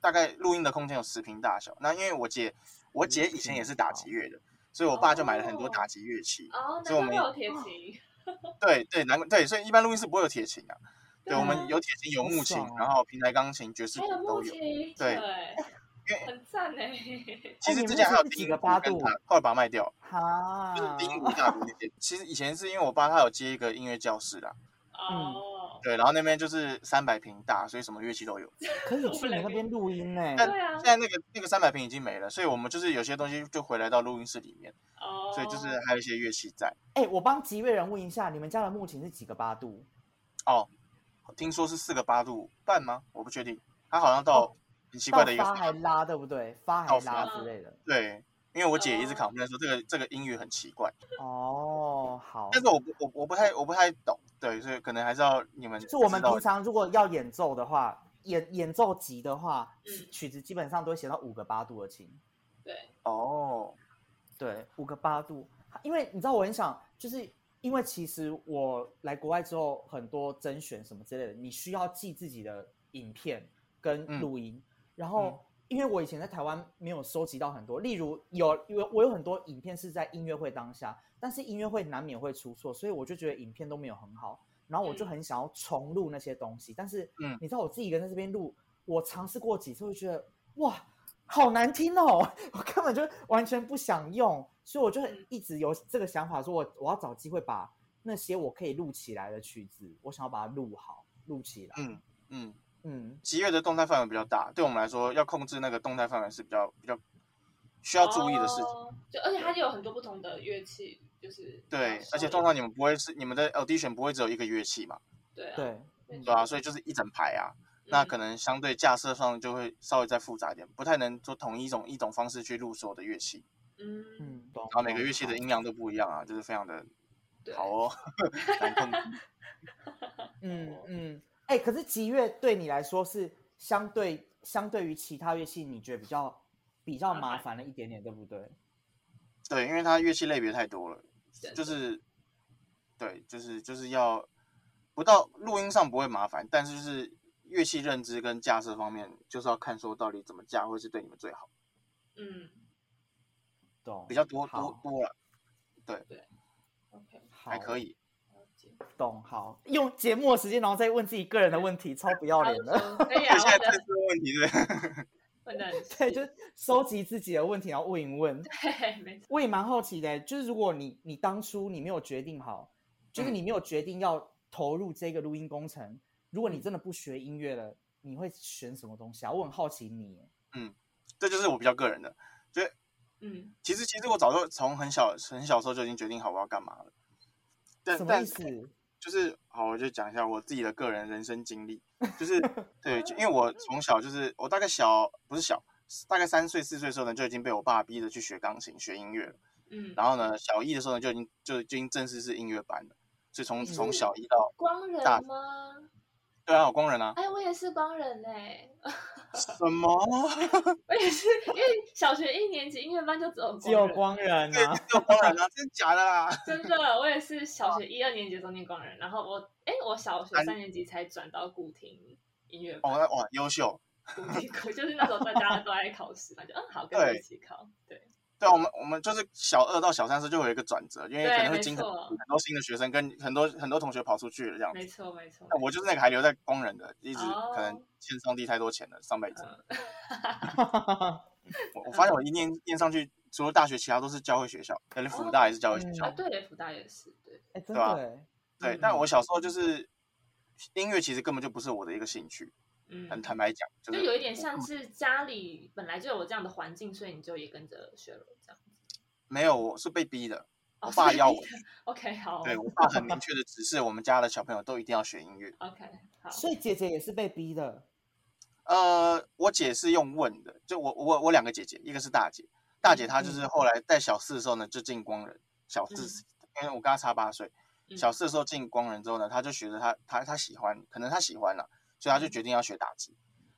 Speaker 3: 大概录音的空间有十平大小。那因为我姐我姐以前也是打
Speaker 2: 10
Speaker 3: 击乐的，所以我爸就买了很
Speaker 4: 哦
Speaker 3: 多打击乐器。
Speaker 4: 哦，
Speaker 3: 所以我
Speaker 4: 难
Speaker 3: 们
Speaker 4: 怪会有铁琴。
Speaker 3: 对对，难怪对，所以一般录音室不会有铁琴啊，对
Speaker 4: 对啊
Speaker 3: 我们有铁琴有
Speaker 2: 好
Speaker 3: 木琴
Speaker 2: 爽哦，
Speaker 3: 然后平台钢琴、爵士
Speaker 4: 还
Speaker 3: 鼓
Speaker 4: 有
Speaker 3: 哦都
Speaker 4: 木
Speaker 3: 有。
Speaker 4: 琴，
Speaker 3: 对
Speaker 4: 对，很赞哎。
Speaker 3: 其
Speaker 2: 哎
Speaker 3: 实
Speaker 2: 你
Speaker 3: 之
Speaker 2: 们
Speaker 3: 前
Speaker 2: 是
Speaker 3: 还有
Speaker 2: 不是
Speaker 3: 低
Speaker 2: 几
Speaker 3: 音
Speaker 2: 个
Speaker 3: 鼓
Speaker 2: 八
Speaker 3: 跟
Speaker 2: 度啊
Speaker 3: 大，后来把它卖掉，
Speaker 2: 哈，
Speaker 3: 就是低音鼓大鼓那些。其实以前是因为我爸他有接一个音乐教室啦，嗯
Speaker 4: 哦，
Speaker 3: 对，然后那边就是三百平大，所以什么乐器都有。
Speaker 2: 可以
Speaker 4: 我
Speaker 2: 去
Speaker 4: 们
Speaker 2: 你那
Speaker 4: 两个
Speaker 2: 边录音呢、
Speaker 3: [laughs]
Speaker 2: 欸
Speaker 3: 但
Speaker 4: 对啊
Speaker 3: 现在那个那个三百平已经没了，所以我们就是有些东西就回来到录音室里面，
Speaker 4: 哦，
Speaker 3: 所以就是还有一些乐器在。
Speaker 2: 哎、我帮吉瑞人问一下，你们家的木琴是几个八度？
Speaker 3: 哦，听说是四个八度半吗？我不确定，他好像到很奇怪
Speaker 2: 哦到
Speaker 3: 的一个
Speaker 2: 发
Speaker 3: 方
Speaker 2: 还
Speaker 3: 向。
Speaker 2: 拉，对不对？发还
Speaker 3: 到
Speaker 2: 拉
Speaker 4: 发
Speaker 2: 之类的。
Speaker 3: 对，因为我姐一直
Speaker 4: 哦
Speaker 3: complain 说这个这个音域很奇怪，
Speaker 2: 哦，好。
Speaker 3: 但是我不我我不太我不太懂，对，所以可能还是要你们
Speaker 2: 就我们
Speaker 3: 知道欸
Speaker 2: 平常如果要演奏的话，演演奏集的话，
Speaker 4: 嗯
Speaker 2: 曲子基本上都会写到五个八度的琴。
Speaker 4: 对，
Speaker 3: 哦。
Speaker 2: 对，五个八度。因为你知道，我很想，就是因为其实我来国外之后，很多甄选什么之类的，你需要寄自己的影片跟
Speaker 3: 嗯
Speaker 2: 录音。然后、
Speaker 3: 嗯
Speaker 2: 因为我以前在台湾没有收集到很多，例如有有我有很多影片是在音乐会当下，但是音乐会难免会出错，所以我就觉得影片都没有很好。然后我就
Speaker 4: 嗯
Speaker 2: 很想要重录那些东西，但是
Speaker 3: 嗯
Speaker 2: 你知道我自己一个人在这边录，我尝试过几次，会觉得哇，好难听哦，我根本就完全不想用，所以我就
Speaker 4: 嗯
Speaker 2: 一直有这个想法，说我我要找机会把那些我可以录起来的曲子，我想要把它录好，录起来。
Speaker 3: 嗯嗯，
Speaker 2: 嗯，
Speaker 3: 吉月的动态范围比较大，对我们来说要控制那个动态范围是比较比较需要注意的事情。
Speaker 4: 哦就而且它就有很多不同的乐器，就是
Speaker 3: 对
Speaker 4: 要，
Speaker 3: 而且
Speaker 4: 收
Speaker 3: 通
Speaker 4: 敛
Speaker 3: 常你们不会是你们的 audition 不会只有一个乐器嘛，
Speaker 4: 对啊，
Speaker 2: 对，
Speaker 4: 对
Speaker 3: 对啊，所以就是一整排啊。
Speaker 4: 嗯
Speaker 3: 那可能相对架设上就会稍微再复杂一点，不太能做同一种一种方式去录所有的乐器，
Speaker 4: 嗯嗯，
Speaker 2: 嗯，懂
Speaker 3: 然后每个乐器的
Speaker 2: 懂
Speaker 3: 音量都不一样啊，就是非常的
Speaker 4: 对
Speaker 3: 好哦，感动。
Speaker 2: 嗯嗯，哎、可是吉乐对你来说是相对相对于其他乐器，你觉得比较比较
Speaker 4: 麻
Speaker 2: 麻
Speaker 4: 烦
Speaker 2: 烦了一点点，对不对？
Speaker 3: 对，因为它乐器类别太多了，
Speaker 4: 真
Speaker 3: 就
Speaker 4: 的
Speaker 3: 是对，就是就是要不到录音上不会麻烦，但是就是乐器认知跟架设方面，就是要看说到底怎么架会是对你们最好，
Speaker 4: 嗯
Speaker 2: 懂，
Speaker 3: 比较多多
Speaker 2: 好
Speaker 3: 多了，
Speaker 4: ，OK，
Speaker 3: 还可
Speaker 2: 以
Speaker 3: 以。
Speaker 4: 了解。
Speaker 2: 懂好，用节目的时间，然后再问自己个人的问题，超不要
Speaker 4: 他
Speaker 2: 脸
Speaker 4: 就
Speaker 2: 的。 [laughs]
Speaker 4: 说可以
Speaker 3: 对，
Speaker 4: 啊，
Speaker 3: 现在
Speaker 4: 问
Speaker 3: 这
Speaker 4: 的
Speaker 3: 是问题对， [laughs]
Speaker 4: 问的很
Speaker 2: 对，
Speaker 4: 细
Speaker 2: 就是收集自己的问题，然后问一问。
Speaker 4: 对，没错，
Speaker 2: 我也蛮好奇的，欸就是如果你你当初你没有决定好，就是
Speaker 3: 嗯
Speaker 2: 你没有决定要投入这个录音工程，如
Speaker 3: 嗯
Speaker 2: 果你真的不学音乐了，你会选什么东西啊？我很好奇你耶。
Speaker 3: 这就是我比较个人的。
Speaker 4: 嗯，
Speaker 3: 其实其实我早就从很小很小时候就已经决定好我要干嘛了，但
Speaker 2: 什么
Speaker 3: 但
Speaker 2: 意思？
Speaker 3: 就是好，我就讲一下我自己的个人人生经历，就是
Speaker 4: [laughs]
Speaker 3: 对，就因为我从小就是我大概小不是小，大概三岁四岁的时候呢，就已经被我爸逼着去学钢琴、学音乐了。
Speaker 4: 嗯，
Speaker 3: 然后呢，小一的时候呢，就已经就就已经正式是音乐班了。所以从
Speaker 2: 是
Speaker 3: 从小一到
Speaker 4: 光
Speaker 3: 大
Speaker 4: 人吗？
Speaker 3: 对啊，我工人
Speaker 4: [laughs]
Speaker 3: 啊，
Speaker 4: 哎，我也是光人哎，
Speaker 3: 什
Speaker 4: 啊
Speaker 3: 么？
Speaker 4: 我也是，因为小学一年级音乐班就只有
Speaker 2: 只有
Speaker 4: 人
Speaker 2: 光人
Speaker 3: 对，
Speaker 2: 啊，
Speaker 3: 就工人啊，真的假的啦？
Speaker 4: 真的，我也是
Speaker 3: 啊
Speaker 4: 小学一二年级的时候念光人，然后我哎，我小学
Speaker 3: 啊你
Speaker 4: 三年级才转到古亭音乐
Speaker 3: 哦，
Speaker 4: 班，
Speaker 3: 那哇，优秀。
Speaker 4: 古亭我就是那时候大家都爱考试嘛，就嗯好，跟我
Speaker 3: 对
Speaker 4: 一起考，对，
Speaker 3: 对啊，我们我们就是小二到小三时候就会有一个转折，因为
Speaker 4: 对
Speaker 3: 哎可能会
Speaker 4: 没
Speaker 3: 经很
Speaker 4: 错
Speaker 3: 很多新的学生跟很多很多同学跑出去了这样
Speaker 4: 没
Speaker 3: 子。
Speaker 4: 错没错，
Speaker 3: 那我就是那个还留在工人的，一直
Speaker 4: 哦
Speaker 3: 可能欠上帝太多钱了，上辈子。
Speaker 4: 嗯
Speaker 2: 啊 [laughs]
Speaker 3: 我我发现我一念念上去，除了大学，其他都是教会学校，可能福大也是教会学
Speaker 2: 嗯
Speaker 3: 校
Speaker 4: 啊。对，福大也是对，
Speaker 2: 哎、真
Speaker 3: 对啊
Speaker 2: 的耶，
Speaker 3: 对
Speaker 4: 嗯，
Speaker 3: 但我小时候就是音乐，其实根本就不是我的一个兴趣。
Speaker 4: 嗯，
Speaker 3: 很坦白讲，就
Speaker 4: 就是有一点
Speaker 3: 我
Speaker 4: 像是家里本来就有这样的环境，所以你就也跟着学了这样。
Speaker 3: 没有，我是被逼的。
Speaker 4: 哦
Speaker 3: 我爸
Speaker 4: 是
Speaker 3: 要
Speaker 4: 你哦
Speaker 3: 我，
Speaker 4: OK 好，
Speaker 3: 对我爸很明确的指示我们家的小朋友都一定要学音乐。
Speaker 4: OK 好，
Speaker 2: 所以姐姐也是被逼的。
Speaker 3: 呃，我姐是用问的，就我我我两个姐姐，一个是大姐，大姐她
Speaker 4: 嗯
Speaker 3: 就是后来在小四的时候呢就进光人，小四、因为我跟她差八岁，
Speaker 4: 嗯
Speaker 3: 小四的时候进光人之后呢，她就学着她她她喜欢，可能她喜欢了，所以
Speaker 4: 嗯
Speaker 3: 她就决定要学打击。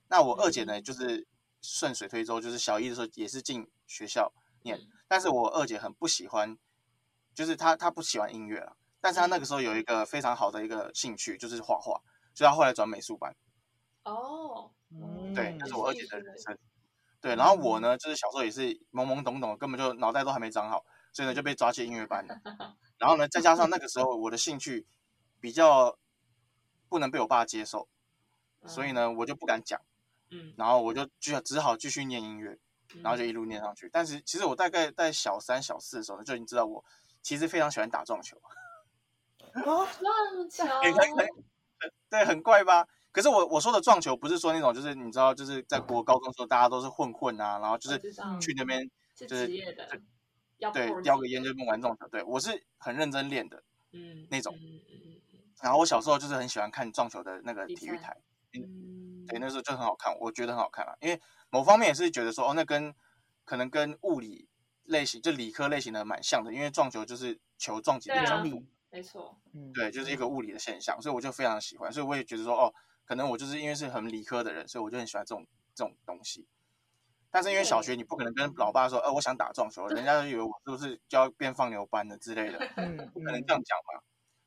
Speaker 3: 那我二姐呢，就是顺水推舟，就是小一的时候也是进学校念，
Speaker 4: 嗯
Speaker 3: 但是我二姐很不喜欢，就是她她不喜欢音乐了，但是她
Speaker 4: 嗯
Speaker 3: 那个时候有一个非常好的一个兴趣就是画画，所以她后来转美术班。
Speaker 4: 哦，嗯
Speaker 3: 对，那是
Speaker 4: 也是嗯
Speaker 3: 我二
Speaker 4: 艺
Speaker 3: 姐
Speaker 4: 术
Speaker 3: 的
Speaker 4: 类
Speaker 3: 人
Speaker 4: 的
Speaker 3: 生。对，然后我呢，就是小时候也是懵懵懂懂，根本就脑袋都还没长好，所以呢就被抓去音乐班
Speaker 4: [laughs]
Speaker 3: 了。然后呢，再加上那个时候我的兴趣比较不能被我爸接受，所以呢我就不敢讲，
Speaker 4: 嗯，
Speaker 3: 然后我就就只好继续念音乐，
Speaker 4: 嗯
Speaker 3: 然后就一路念上去。但是其实我大概在小三、小四的时候呢，就已经知道我其实非常喜欢打撞球，[laughs]
Speaker 4: 哦
Speaker 2: 啊，
Speaker 4: 撞球，
Speaker 3: 可以可以可以对，很怪吧？可是我我说的撞球不是说那种，就是你知道，就是在
Speaker 4: 嗯
Speaker 3: 国高中的时候大家都是混混啊，然后就
Speaker 4: 我
Speaker 3: 是
Speaker 4: 知道
Speaker 3: 去那边
Speaker 4: 是
Speaker 3: 就是
Speaker 4: 职业的，要
Speaker 3: 对
Speaker 4: pro，
Speaker 3: 叼个烟就不玩这种球。对我是很认真练的。
Speaker 4: 嗯
Speaker 3: 那种
Speaker 4: 嗯嗯嗯
Speaker 3: 然后我小时候就是很喜欢看撞球的那个
Speaker 4: 比
Speaker 3: 体育
Speaker 4: 赛
Speaker 3: 台，
Speaker 4: 嗯，
Speaker 3: 对，那时候就很好看，我觉得很好看啊。因为某方面也是觉得说，哦，那跟可能跟物理类型就理科类型的蛮像的，因为撞球就是球撞击
Speaker 4: 对
Speaker 3: 地
Speaker 4: 啊
Speaker 3: 上
Speaker 2: 原
Speaker 3: 部，
Speaker 2: 理，
Speaker 4: 没错，
Speaker 2: 嗯，
Speaker 3: 对，就是一个物理的现象，所以我就非常喜欢，所以我也觉得说，哦，可能我就是因为是很理科的人，所以我就很喜欢这种这种东西。但是因为小学你不可能
Speaker 4: 嗯
Speaker 3: 跟老爸说，呃，我想打撞球，人家就以为我是不是就要变放牛班了之类
Speaker 4: [laughs]
Speaker 3: 的。
Speaker 2: 嗯，
Speaker 3: 不可能
Speaker 2: 嗯
Speaker 3: 这样讲嘛，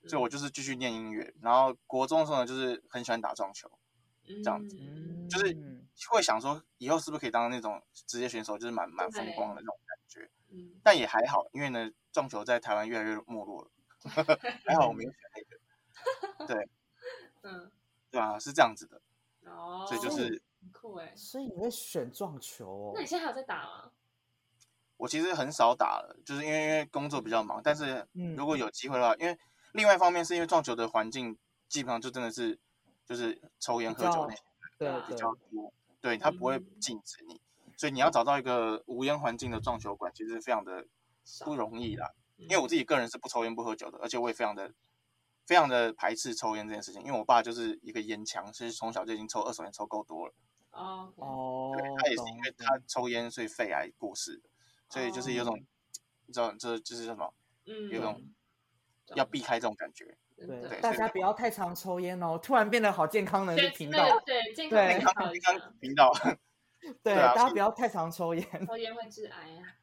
Speaker 3: 所以我就是继续
Speaker 4: 嗯
Speaker 3: 念音乐。然后国中的时候呢，就是很喜欢打撞球，这样
Speaker 4: 子
Speaker 2: 嗯
Speaker 3: 就是会想说以后是不是可以当那种职业选手，就是蛮蛮风光的那种感觉。
Speaker 4: 嗯，
Speaker 3: 但也还好，因为呢，撞球在台湾越来越没落了， [laughs] 还好我没有选那个。对
Speaker 4: 嗯，
Speaker 3: 对啊，是这样子的，
Speaker 4: 哦，
Speaker 3: 所以就是
Speaker 4: 很酷哎。
Speaker 2: 所以你会选撞球哦
Speaker 4: 那？你现在还有在打吗？
Speaker 3: 我其实很少打了，就是因为因为工作比较忙。但是
Speaker 2: 嗯
Speaker 3: 如果有机会的话，因为另外一方面是因为撞球的环境基本上就真的是就是抽烟
Speaker 2: 比
Speaker 3: 喝酒
Speaker 2: 较
Speaker 3: 那些
Speaker 2: 对
Speaker 4: 啊
Speaker 3: 比
Speaker 2: 对，
Speaker 3: 较多，对他不会
Speaker 4: 嗯
Speaker 3: 禁止你，所以你要找到一个无烟环境的撞球馆，其实非常的
Speaker 4: 少
Speaker 3: 不容易啦。
Speaker 4: 因
Speaker 3: 因为我自己个人是不抽烟不喝酒的，而且我也非常的非常的排斥抽烟这件事情，因为我爸就是一个烟枪，其实从小就已经抽二手烟抽够多了，
Speaker 4: 哦，OK，
Speaker 2: 哦
Speaker 3: 对，他也是
Speaker 2: 懂
Speaker 3: 因为
Speaker 2: 懂哦
Speaker 3: 他抽烟所以肺癌过世的，所以就是有种你知道这就是什么
Speaker 4: 嗯，
Speaker 3: 有种
Speaker 4: 懂
Speaker 3: 要避开这种感觉，
Speaker 4: 真的
Speaker 2: 对，
Speaker 3: 对
Speaker 2: 大
Speaker 3: 所以
Speaker 2: 家不要太常抽烟哦，突然变得好健康的一个
Speaker 4: 对
Speaker 2: 频
Speaker 4: 那
Speaker 2: 道。
Speaker 4: 个对健康
Speaker 2: 对啊
Speaker 4: 频
Speaker 3: 刚
Speaker 4: 道
Speaker 3: 刚
Speaker 4: 一
Speaker 3: 刚
Speaker 4: 下，
Speaker 3: 频道
Speaker 2: 对，
Speaker 3: 对啊
Speaker 2: 大家
Speaker 3: 是
Speaker 2: 不要太常抽烟。
Speaker 4: 抽烟会致癌啊。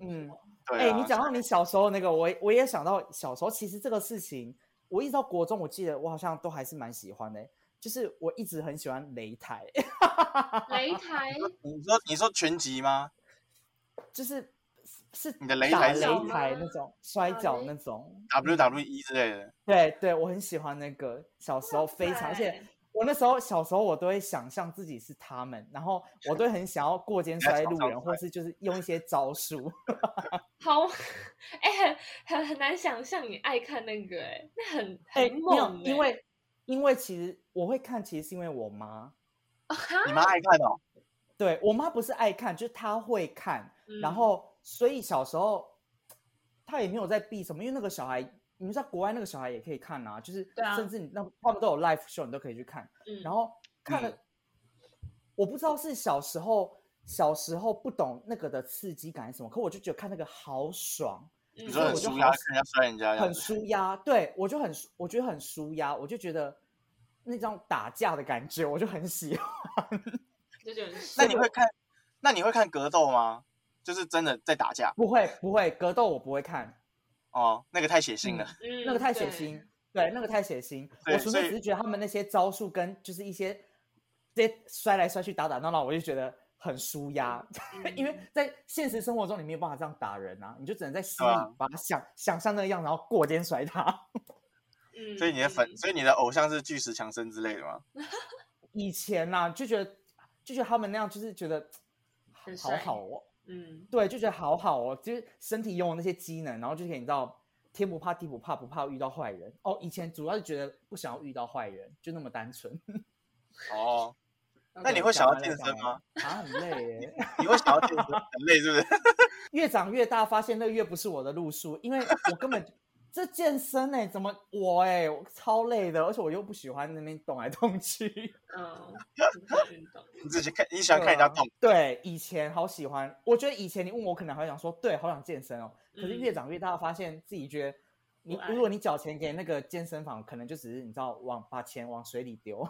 Speaker 2: 嗯
Speaker 4: 没错，
Speaker 2: 哎、
Speaker 3: [laughs] 对啊，
Speaker 2: 你讲到你小时候那个，我也我也想到小时候，其实这个事情，我一直到国中，我记得我好像都还是蛮喜欢的，就是我一直很喜欢擂台， [laughs]
Speaker 4: 擂台
Speaker 3: 你说你说你说全集吗？
Speaker 2: 就是是
Speaker 3: 你的擂
Speaker 2: 打
Speaker 3: 台
Speaker 4: 是
Speaker 2: 擂台那
Speaker 4: 吗
Speaker 2: 种摔
Speaker 4: 打
Speaker 2: 跤
Speaker 4: 擂
Speaker 2: 那种
Speaker 3: WWE E 之类的，
Speaker 2: 对对，我很喜欢那个，小时候非常，而且
Speaker 4: 对
Speaker 2: 我那时候小时候我都会想象自己是他们，然后我都会很想要过肩
Speaker 3: 你在
Speaker 2: 摔
Speaker 3: 床
Speaker 2: 路
Speaker 3: 上
Speaker 2: 人，或
Speaker 3: 摔
Speaker 2: 是就是用一些招数。
Speaker 4: 好，哎、很很很难想象你爱看那个、哎，那很
Speaker 2: 哎，
Speaker 4: 很
Speaker 2: 没有，
Speaker 4: 猛、哎
Speaker 2: 因为因为其实我会看，其实是因为我妈，
Speaker 4: 啊 [laughs] 哈
Speaker 3: 你妈爱看哦，
Speaker 2: 对我妈不是爱看，就是她会看，然
Speaker 4: 嗯
Speaker 2: 后所以小时候她也没有在避什么，因为那个小孩，你们知道国外那个小孩也可以看啊，就是
Speaker 4: 对啊
Speaker 2: 甚至你那他们都有 live show，你都可以去看。
Speaker 4: 嗯
Speaker 2: 然后看了，
Speaker 3: 嗯
Speaker 2: 我不知道是小时候小时候不懂那个的刺激感是什么，可我就觉得看那个好爽，
Speaker 4: 嗯
Speaker 3: 你
Speaker 2: 所以
Speaker 3: 说很
Speaker 2: 我就
Speaker 3: 舒
Speaker 2: 好
Speaker 3: 压，
Speaker 2: 喜
Speaker 3: 看人家摔人家这样
Speaker 2: 很
Speaker 3: 子，
Speaker 2: 舒压。对我就很舒，我觉得很舒压，我就觉得那种打架的感觉，我就很喜欢。
Speaker 4: 这就有人
Speaker 3: 那你会看那你会看格斗吗？就是真的在打架
Speaker 2: 不会不会，格斗我不会看，
Speaker 3: 哦，那个太血腥了。
Speaker 4: 嗯
Speaker 2: 那个太血
Speaker 4: 对
Speaker 2: 腥，对，那个太血腥。
Speaker 3: 对
Speaker 2: 我纯粹
Speaker 3: 所以
Speaker 2: 只是觉得他们那些招数跟就是一些这些摔来摔去、打打闹闹，我就觉得很舒压。[laughs]
Speaker 4: 嗯
Speaker 2: 因为在现实生活中你没有办法这样打人啊，你就只能在心
Speaker 3: 对啊
Speaker 2: 里把他想、想象那个样，然后过肩摔他。 [laughs]
Speaker 4: 嗯，
Speaker 3: 所以你的粉，
Speaker 4: 嗯
Speaker 3: 所以你的偶像是巨石强森之类的吗？
Speaker 2: 以前呐、就觉得就觉得他们那样，就是觉得
Speaker 4: 很
Speaker 2: 好
Speaker 4: 帅
Speaker 2: 好哦，
Speaker 4: 嗯
Speaker 2: 对，就觉得好好哦，就是身体拥有那些机能，然后就可以你知道天不怕地不怕，不怕遇到坏人哦。以前主要是觉得不想要遇到坏人，就那么单纯。 [laughs]
Speaker 3: 哦，那
Speaker 4: OK
Speaker 3: 你会想要健身吗？
Speaker 2: 啊，很累耶。
Speaker 3: 你会想要健身，很累是不 [laughs] 是？
Speaker 2: 越长越大，发现那越不是我的路数，因为我根本这健身哎、怎么我哎、我超累的，而且我又不喜欢那边动来动去。 [laughs]
Speaker 4: 嗯，你会运动
Speaker 3: 你自己看，你喜欢看人家动，
Speaker 2: 对啊。对，以前好喜欢，我觉得以前你问我，可能还会想说，对，好想健身哦。可是
Speaker 4: 嗯
Speaker 2: 越长越大，发现自己觉得。你
Speaker 4: 不爱
Speaker 2: 如果你缴钱给那个健身房，可能就只是你知道往把钱往水里
Speaker 4: [laughs]
Speaker 2: 丢。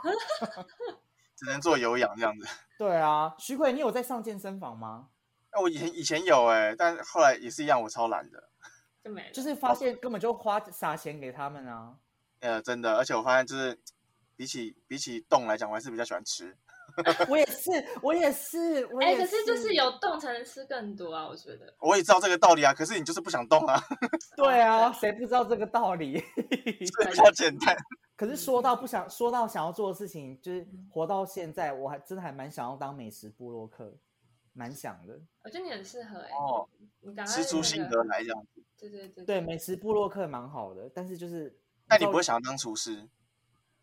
Speaker 3: 只能做有氧这样子。
Speaker 2: 对啊，徐慧，你有在上健身房吗？
Speaker 3: 那我以前以前有哎、但是后来也是一样，我超懒的。
Speaker 4: 就没了，
Speaker 2: 就是发现根本就花撒钱给他们啊。
Speaker 4: [laughs]
Speaker 3: 呃，真的，而且我发现就是比起比起动来讲，我还是比较喜欢吃。
Speaker 2: 我也是，我也是，我
Speaker 4: 哎、
Speaker 2: 也
Speaker 4: 可是就是有动才能吃更多啊，我觉得
Speaker 3: 我也知道这个道理啊，可是你就是不想动啊， [laughs]
Speaker 2: 对啊，谁不知道这个道理？ [laughs]
Speaker 3: 所以比较简单。
Speaker 2: 可是说到不想，
Speaker 4: 嗯
Speaker 2: 说到想要做的事情，就是活到现在，我还真的还蛮想要当美食部落客，蛮想的。
Speaker 4: 我觉得你很适合哎、
Speaker 3: 哦，
Speaker 4: 你赶快
Speaker 3: 吃出
Speaker 4: 那
Speaker 3: 心
Speaker 4: 个
Speaker 3: 得来这样子。
Speaker 4: 对对对
Speaker 2: 对，，美食部落客蛮好的，但是就是，
Speaker 3: 那你不会想要当厨师？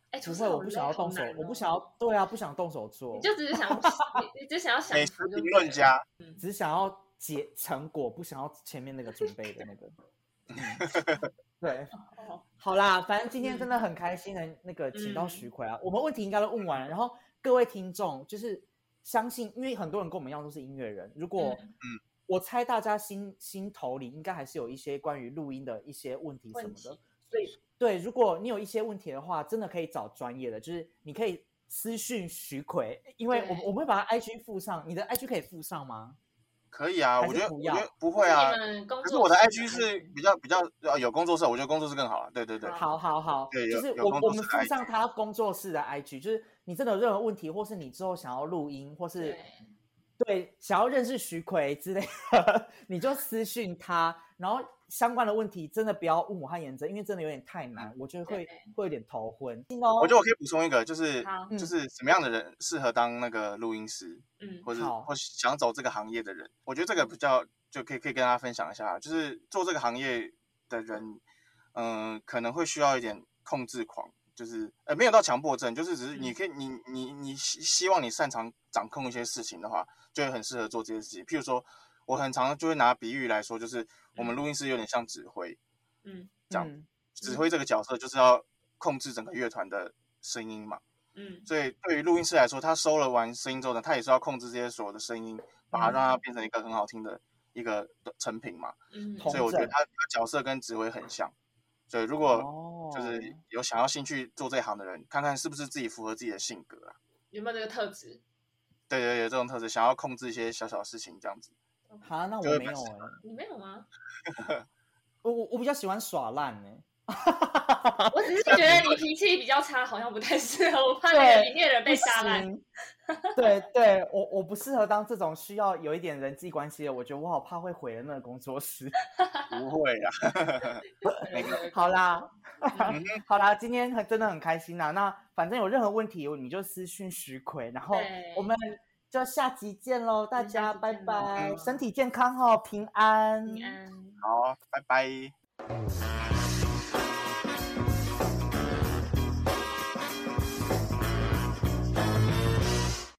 Speaker 4: 哎、
Speaker 2: 不
Speaker 4: 厨师
Speaker 2: 会，
Speaker 4: 好
Speaker 2: 我不
Speaker 4: 累
Speaker 2: 想要
Speaker 4: 好
Speaker 2: 动手
Speaker 4: 难，
Speaker 2: 我不
Speaker 4: 哦
Speaker 2: 想要，对啊，不想动手做
Speaker 4: 你，就只是
Speaker 2: [laughs]
Speaker 4: 想，你你只想要享
Speaker 3: 美
Speaker 4: 福
Speaker 3: 食
Speaker 4: 就
Speaker 3: 评
Speaker 4: 对
Speaker 3: 论
Speaker 4: 了，
Speaker 3: 家，
Speaker 2: 只想要结成果，不想要前面那个准备的那个。对，
Speaker 4: 哦，嗯
Speaker 2: 好啦，反正今天真的很开心能那个请到徐奎啊，我们问题应该都问完了，然后各位听众就是相信，因为很多人跟我们一样都是音乐人，如果
Speaker 4: 嗯
Speaker 2: 我猜大家心心头里应该还是有一些关于录音的一些问题什
Speaker 4: 问
Speaker 2: 么
Speaker 4: 题
Speaker 2: 的，所以对，如果你有一些问题的话，真的可以找专业的，就是你可以私讯徐奎，因为我们
Speaker 4: 对
Speaker 2: 我们会把他 IG 附上，你的 IG 可以附上吗？
Speaker 3: 可以啊，
Speaker 2: 还
Speaker 3: 我
Speaker 2: 是
Speaker 3: 觉得
Speaker 2: 不
Speaker 3: 我
Speaker 2: 要
Speaker 3: 觉得不会啊
Speaker 4: 你。们工
Speaker 3: 可
Speaker 4: 作
Speaker 3: 是我的
Speaker 4: 室
Speaker 3: IG 是比较比较呃有工作室，我觉得工作室更好啊了。对对对，
Speaker 2: 好好好，
Speaker 3: 对
Speaker 2: 就
Speaker 3: 有
Speaker 2: 是
Speaker 3: 有
Speaker 2: 我
Speaker 3: 工
Speaker 2: 我
Speaker 3: 作
Speaker 2: 们
Speaker 3: 室的
Speaker 2: 附上他工作室的 IG，就是你真的有任何问题，或是你之后想要录音，或是
Speaker 4: 对
Speaker 2: 对想要认识徐奎之类的， [laughs] 你就私讯他。然后相关的问题真的不要问我和颜真，因为真的有点太难，我觉得会会有点头昏。
Speaker 3: 我觉得我可以补充一个，就是
Speaker 4: 好
Speaker 2: 嗯
Speaker 3: 就是什么样的人适合当那个录音师，
Speaker 4: 嗯
Speaker 3: 或是
Speaker 2: 好
Speaker 3: 或是想走这个行业的人，我觉得这个比较就可以可以跟大家分享一下，啊就是做这个行业的人，嗯、可能会需要一点控制狂，就是呃没有到强迫症，就是
Speaker 2: 嗯
Speaker 3: 只是你可以你你你希希望你擅长掌控一些事情的话，就会很适合做这些事情。譬如说，我很常就会拿比喻来说，就是我们录音师有点像指挥，
Speaker 4: 嗯
Speaker 3: 这样
Speaker 2: 嗯
Speaker 3: 指挥这个角色就是要控制整个乐团的声音嘛。
Speaker 4: 嗯
Speaker 3: 所以对于录音师来说，他收了完声音之后呢，他也是要控制这些所有的声音，把它
Speaker 2: 嗯
Speaker 3: 让它变成一个很好听的一个成品嘛。
Speaker 4: 嗯，
Speaker 2: 同
Speaker 3: 所以我觉得
Speaker 2: 整
Speaker 3: 他他角色跟指挥很像。所以如果
Speaker 2: 哦，
Speaker 3: 就是有想要兴趣做这行的人，看看是不是自己符合自己的性格啊。
Speaker 4: 有没有这个特质？
Speaker 3: 对对对，这种特质想要控制一些小小事情这
Speaker 2: [laughs]
Speaker 3: 样子。
Speaker 2: 哈，那我
Speaker 3: 就会
Speaker 2: 没有哎、
Speaker 3: 蛮喜
Speaker 4: 你没
Speaker 3: [laughs]
Speaker 4: 有吗？
Speaker 2: 我我我比较喜欢耍烂哎、
Speaker 4: 我只是觉得你脾气比较差，好像不太适合。我怕那个
Speaker 2: 对
Speaker 4: 里面的人被
Speaker 2: 不
Speaker 4: 吓烂。 [laughs]
Speaker 2: 行对对，我我不适合当这种需要有一点人际关系的，我觉得我好怕会毁了那个工作室。 [laughs]
Speaker 3: 不会啦，
Speaker 4: 对对
Speaker 2: 好啦，
Speaker 3: 嗯
Speaker 2: 好啦，今天很真的很开心啦。那反正有任何问题，你就私讯徐奎，然后
Speaker 4: 对
Speaker 2: 我们就下集见喽，大
Speaker 4: 嗯下
Speaker 2: 家
Speaker 4: 集
Speaker 2: 拜
Speaker 4: 见
Speaker 2: 拜，
Speaker 4: 咯
Speaker 2: 身体健康哦，平安。
Speaker 4: 平安。
Speaker 3: 好，拜拜。
Speaker 1: 嗨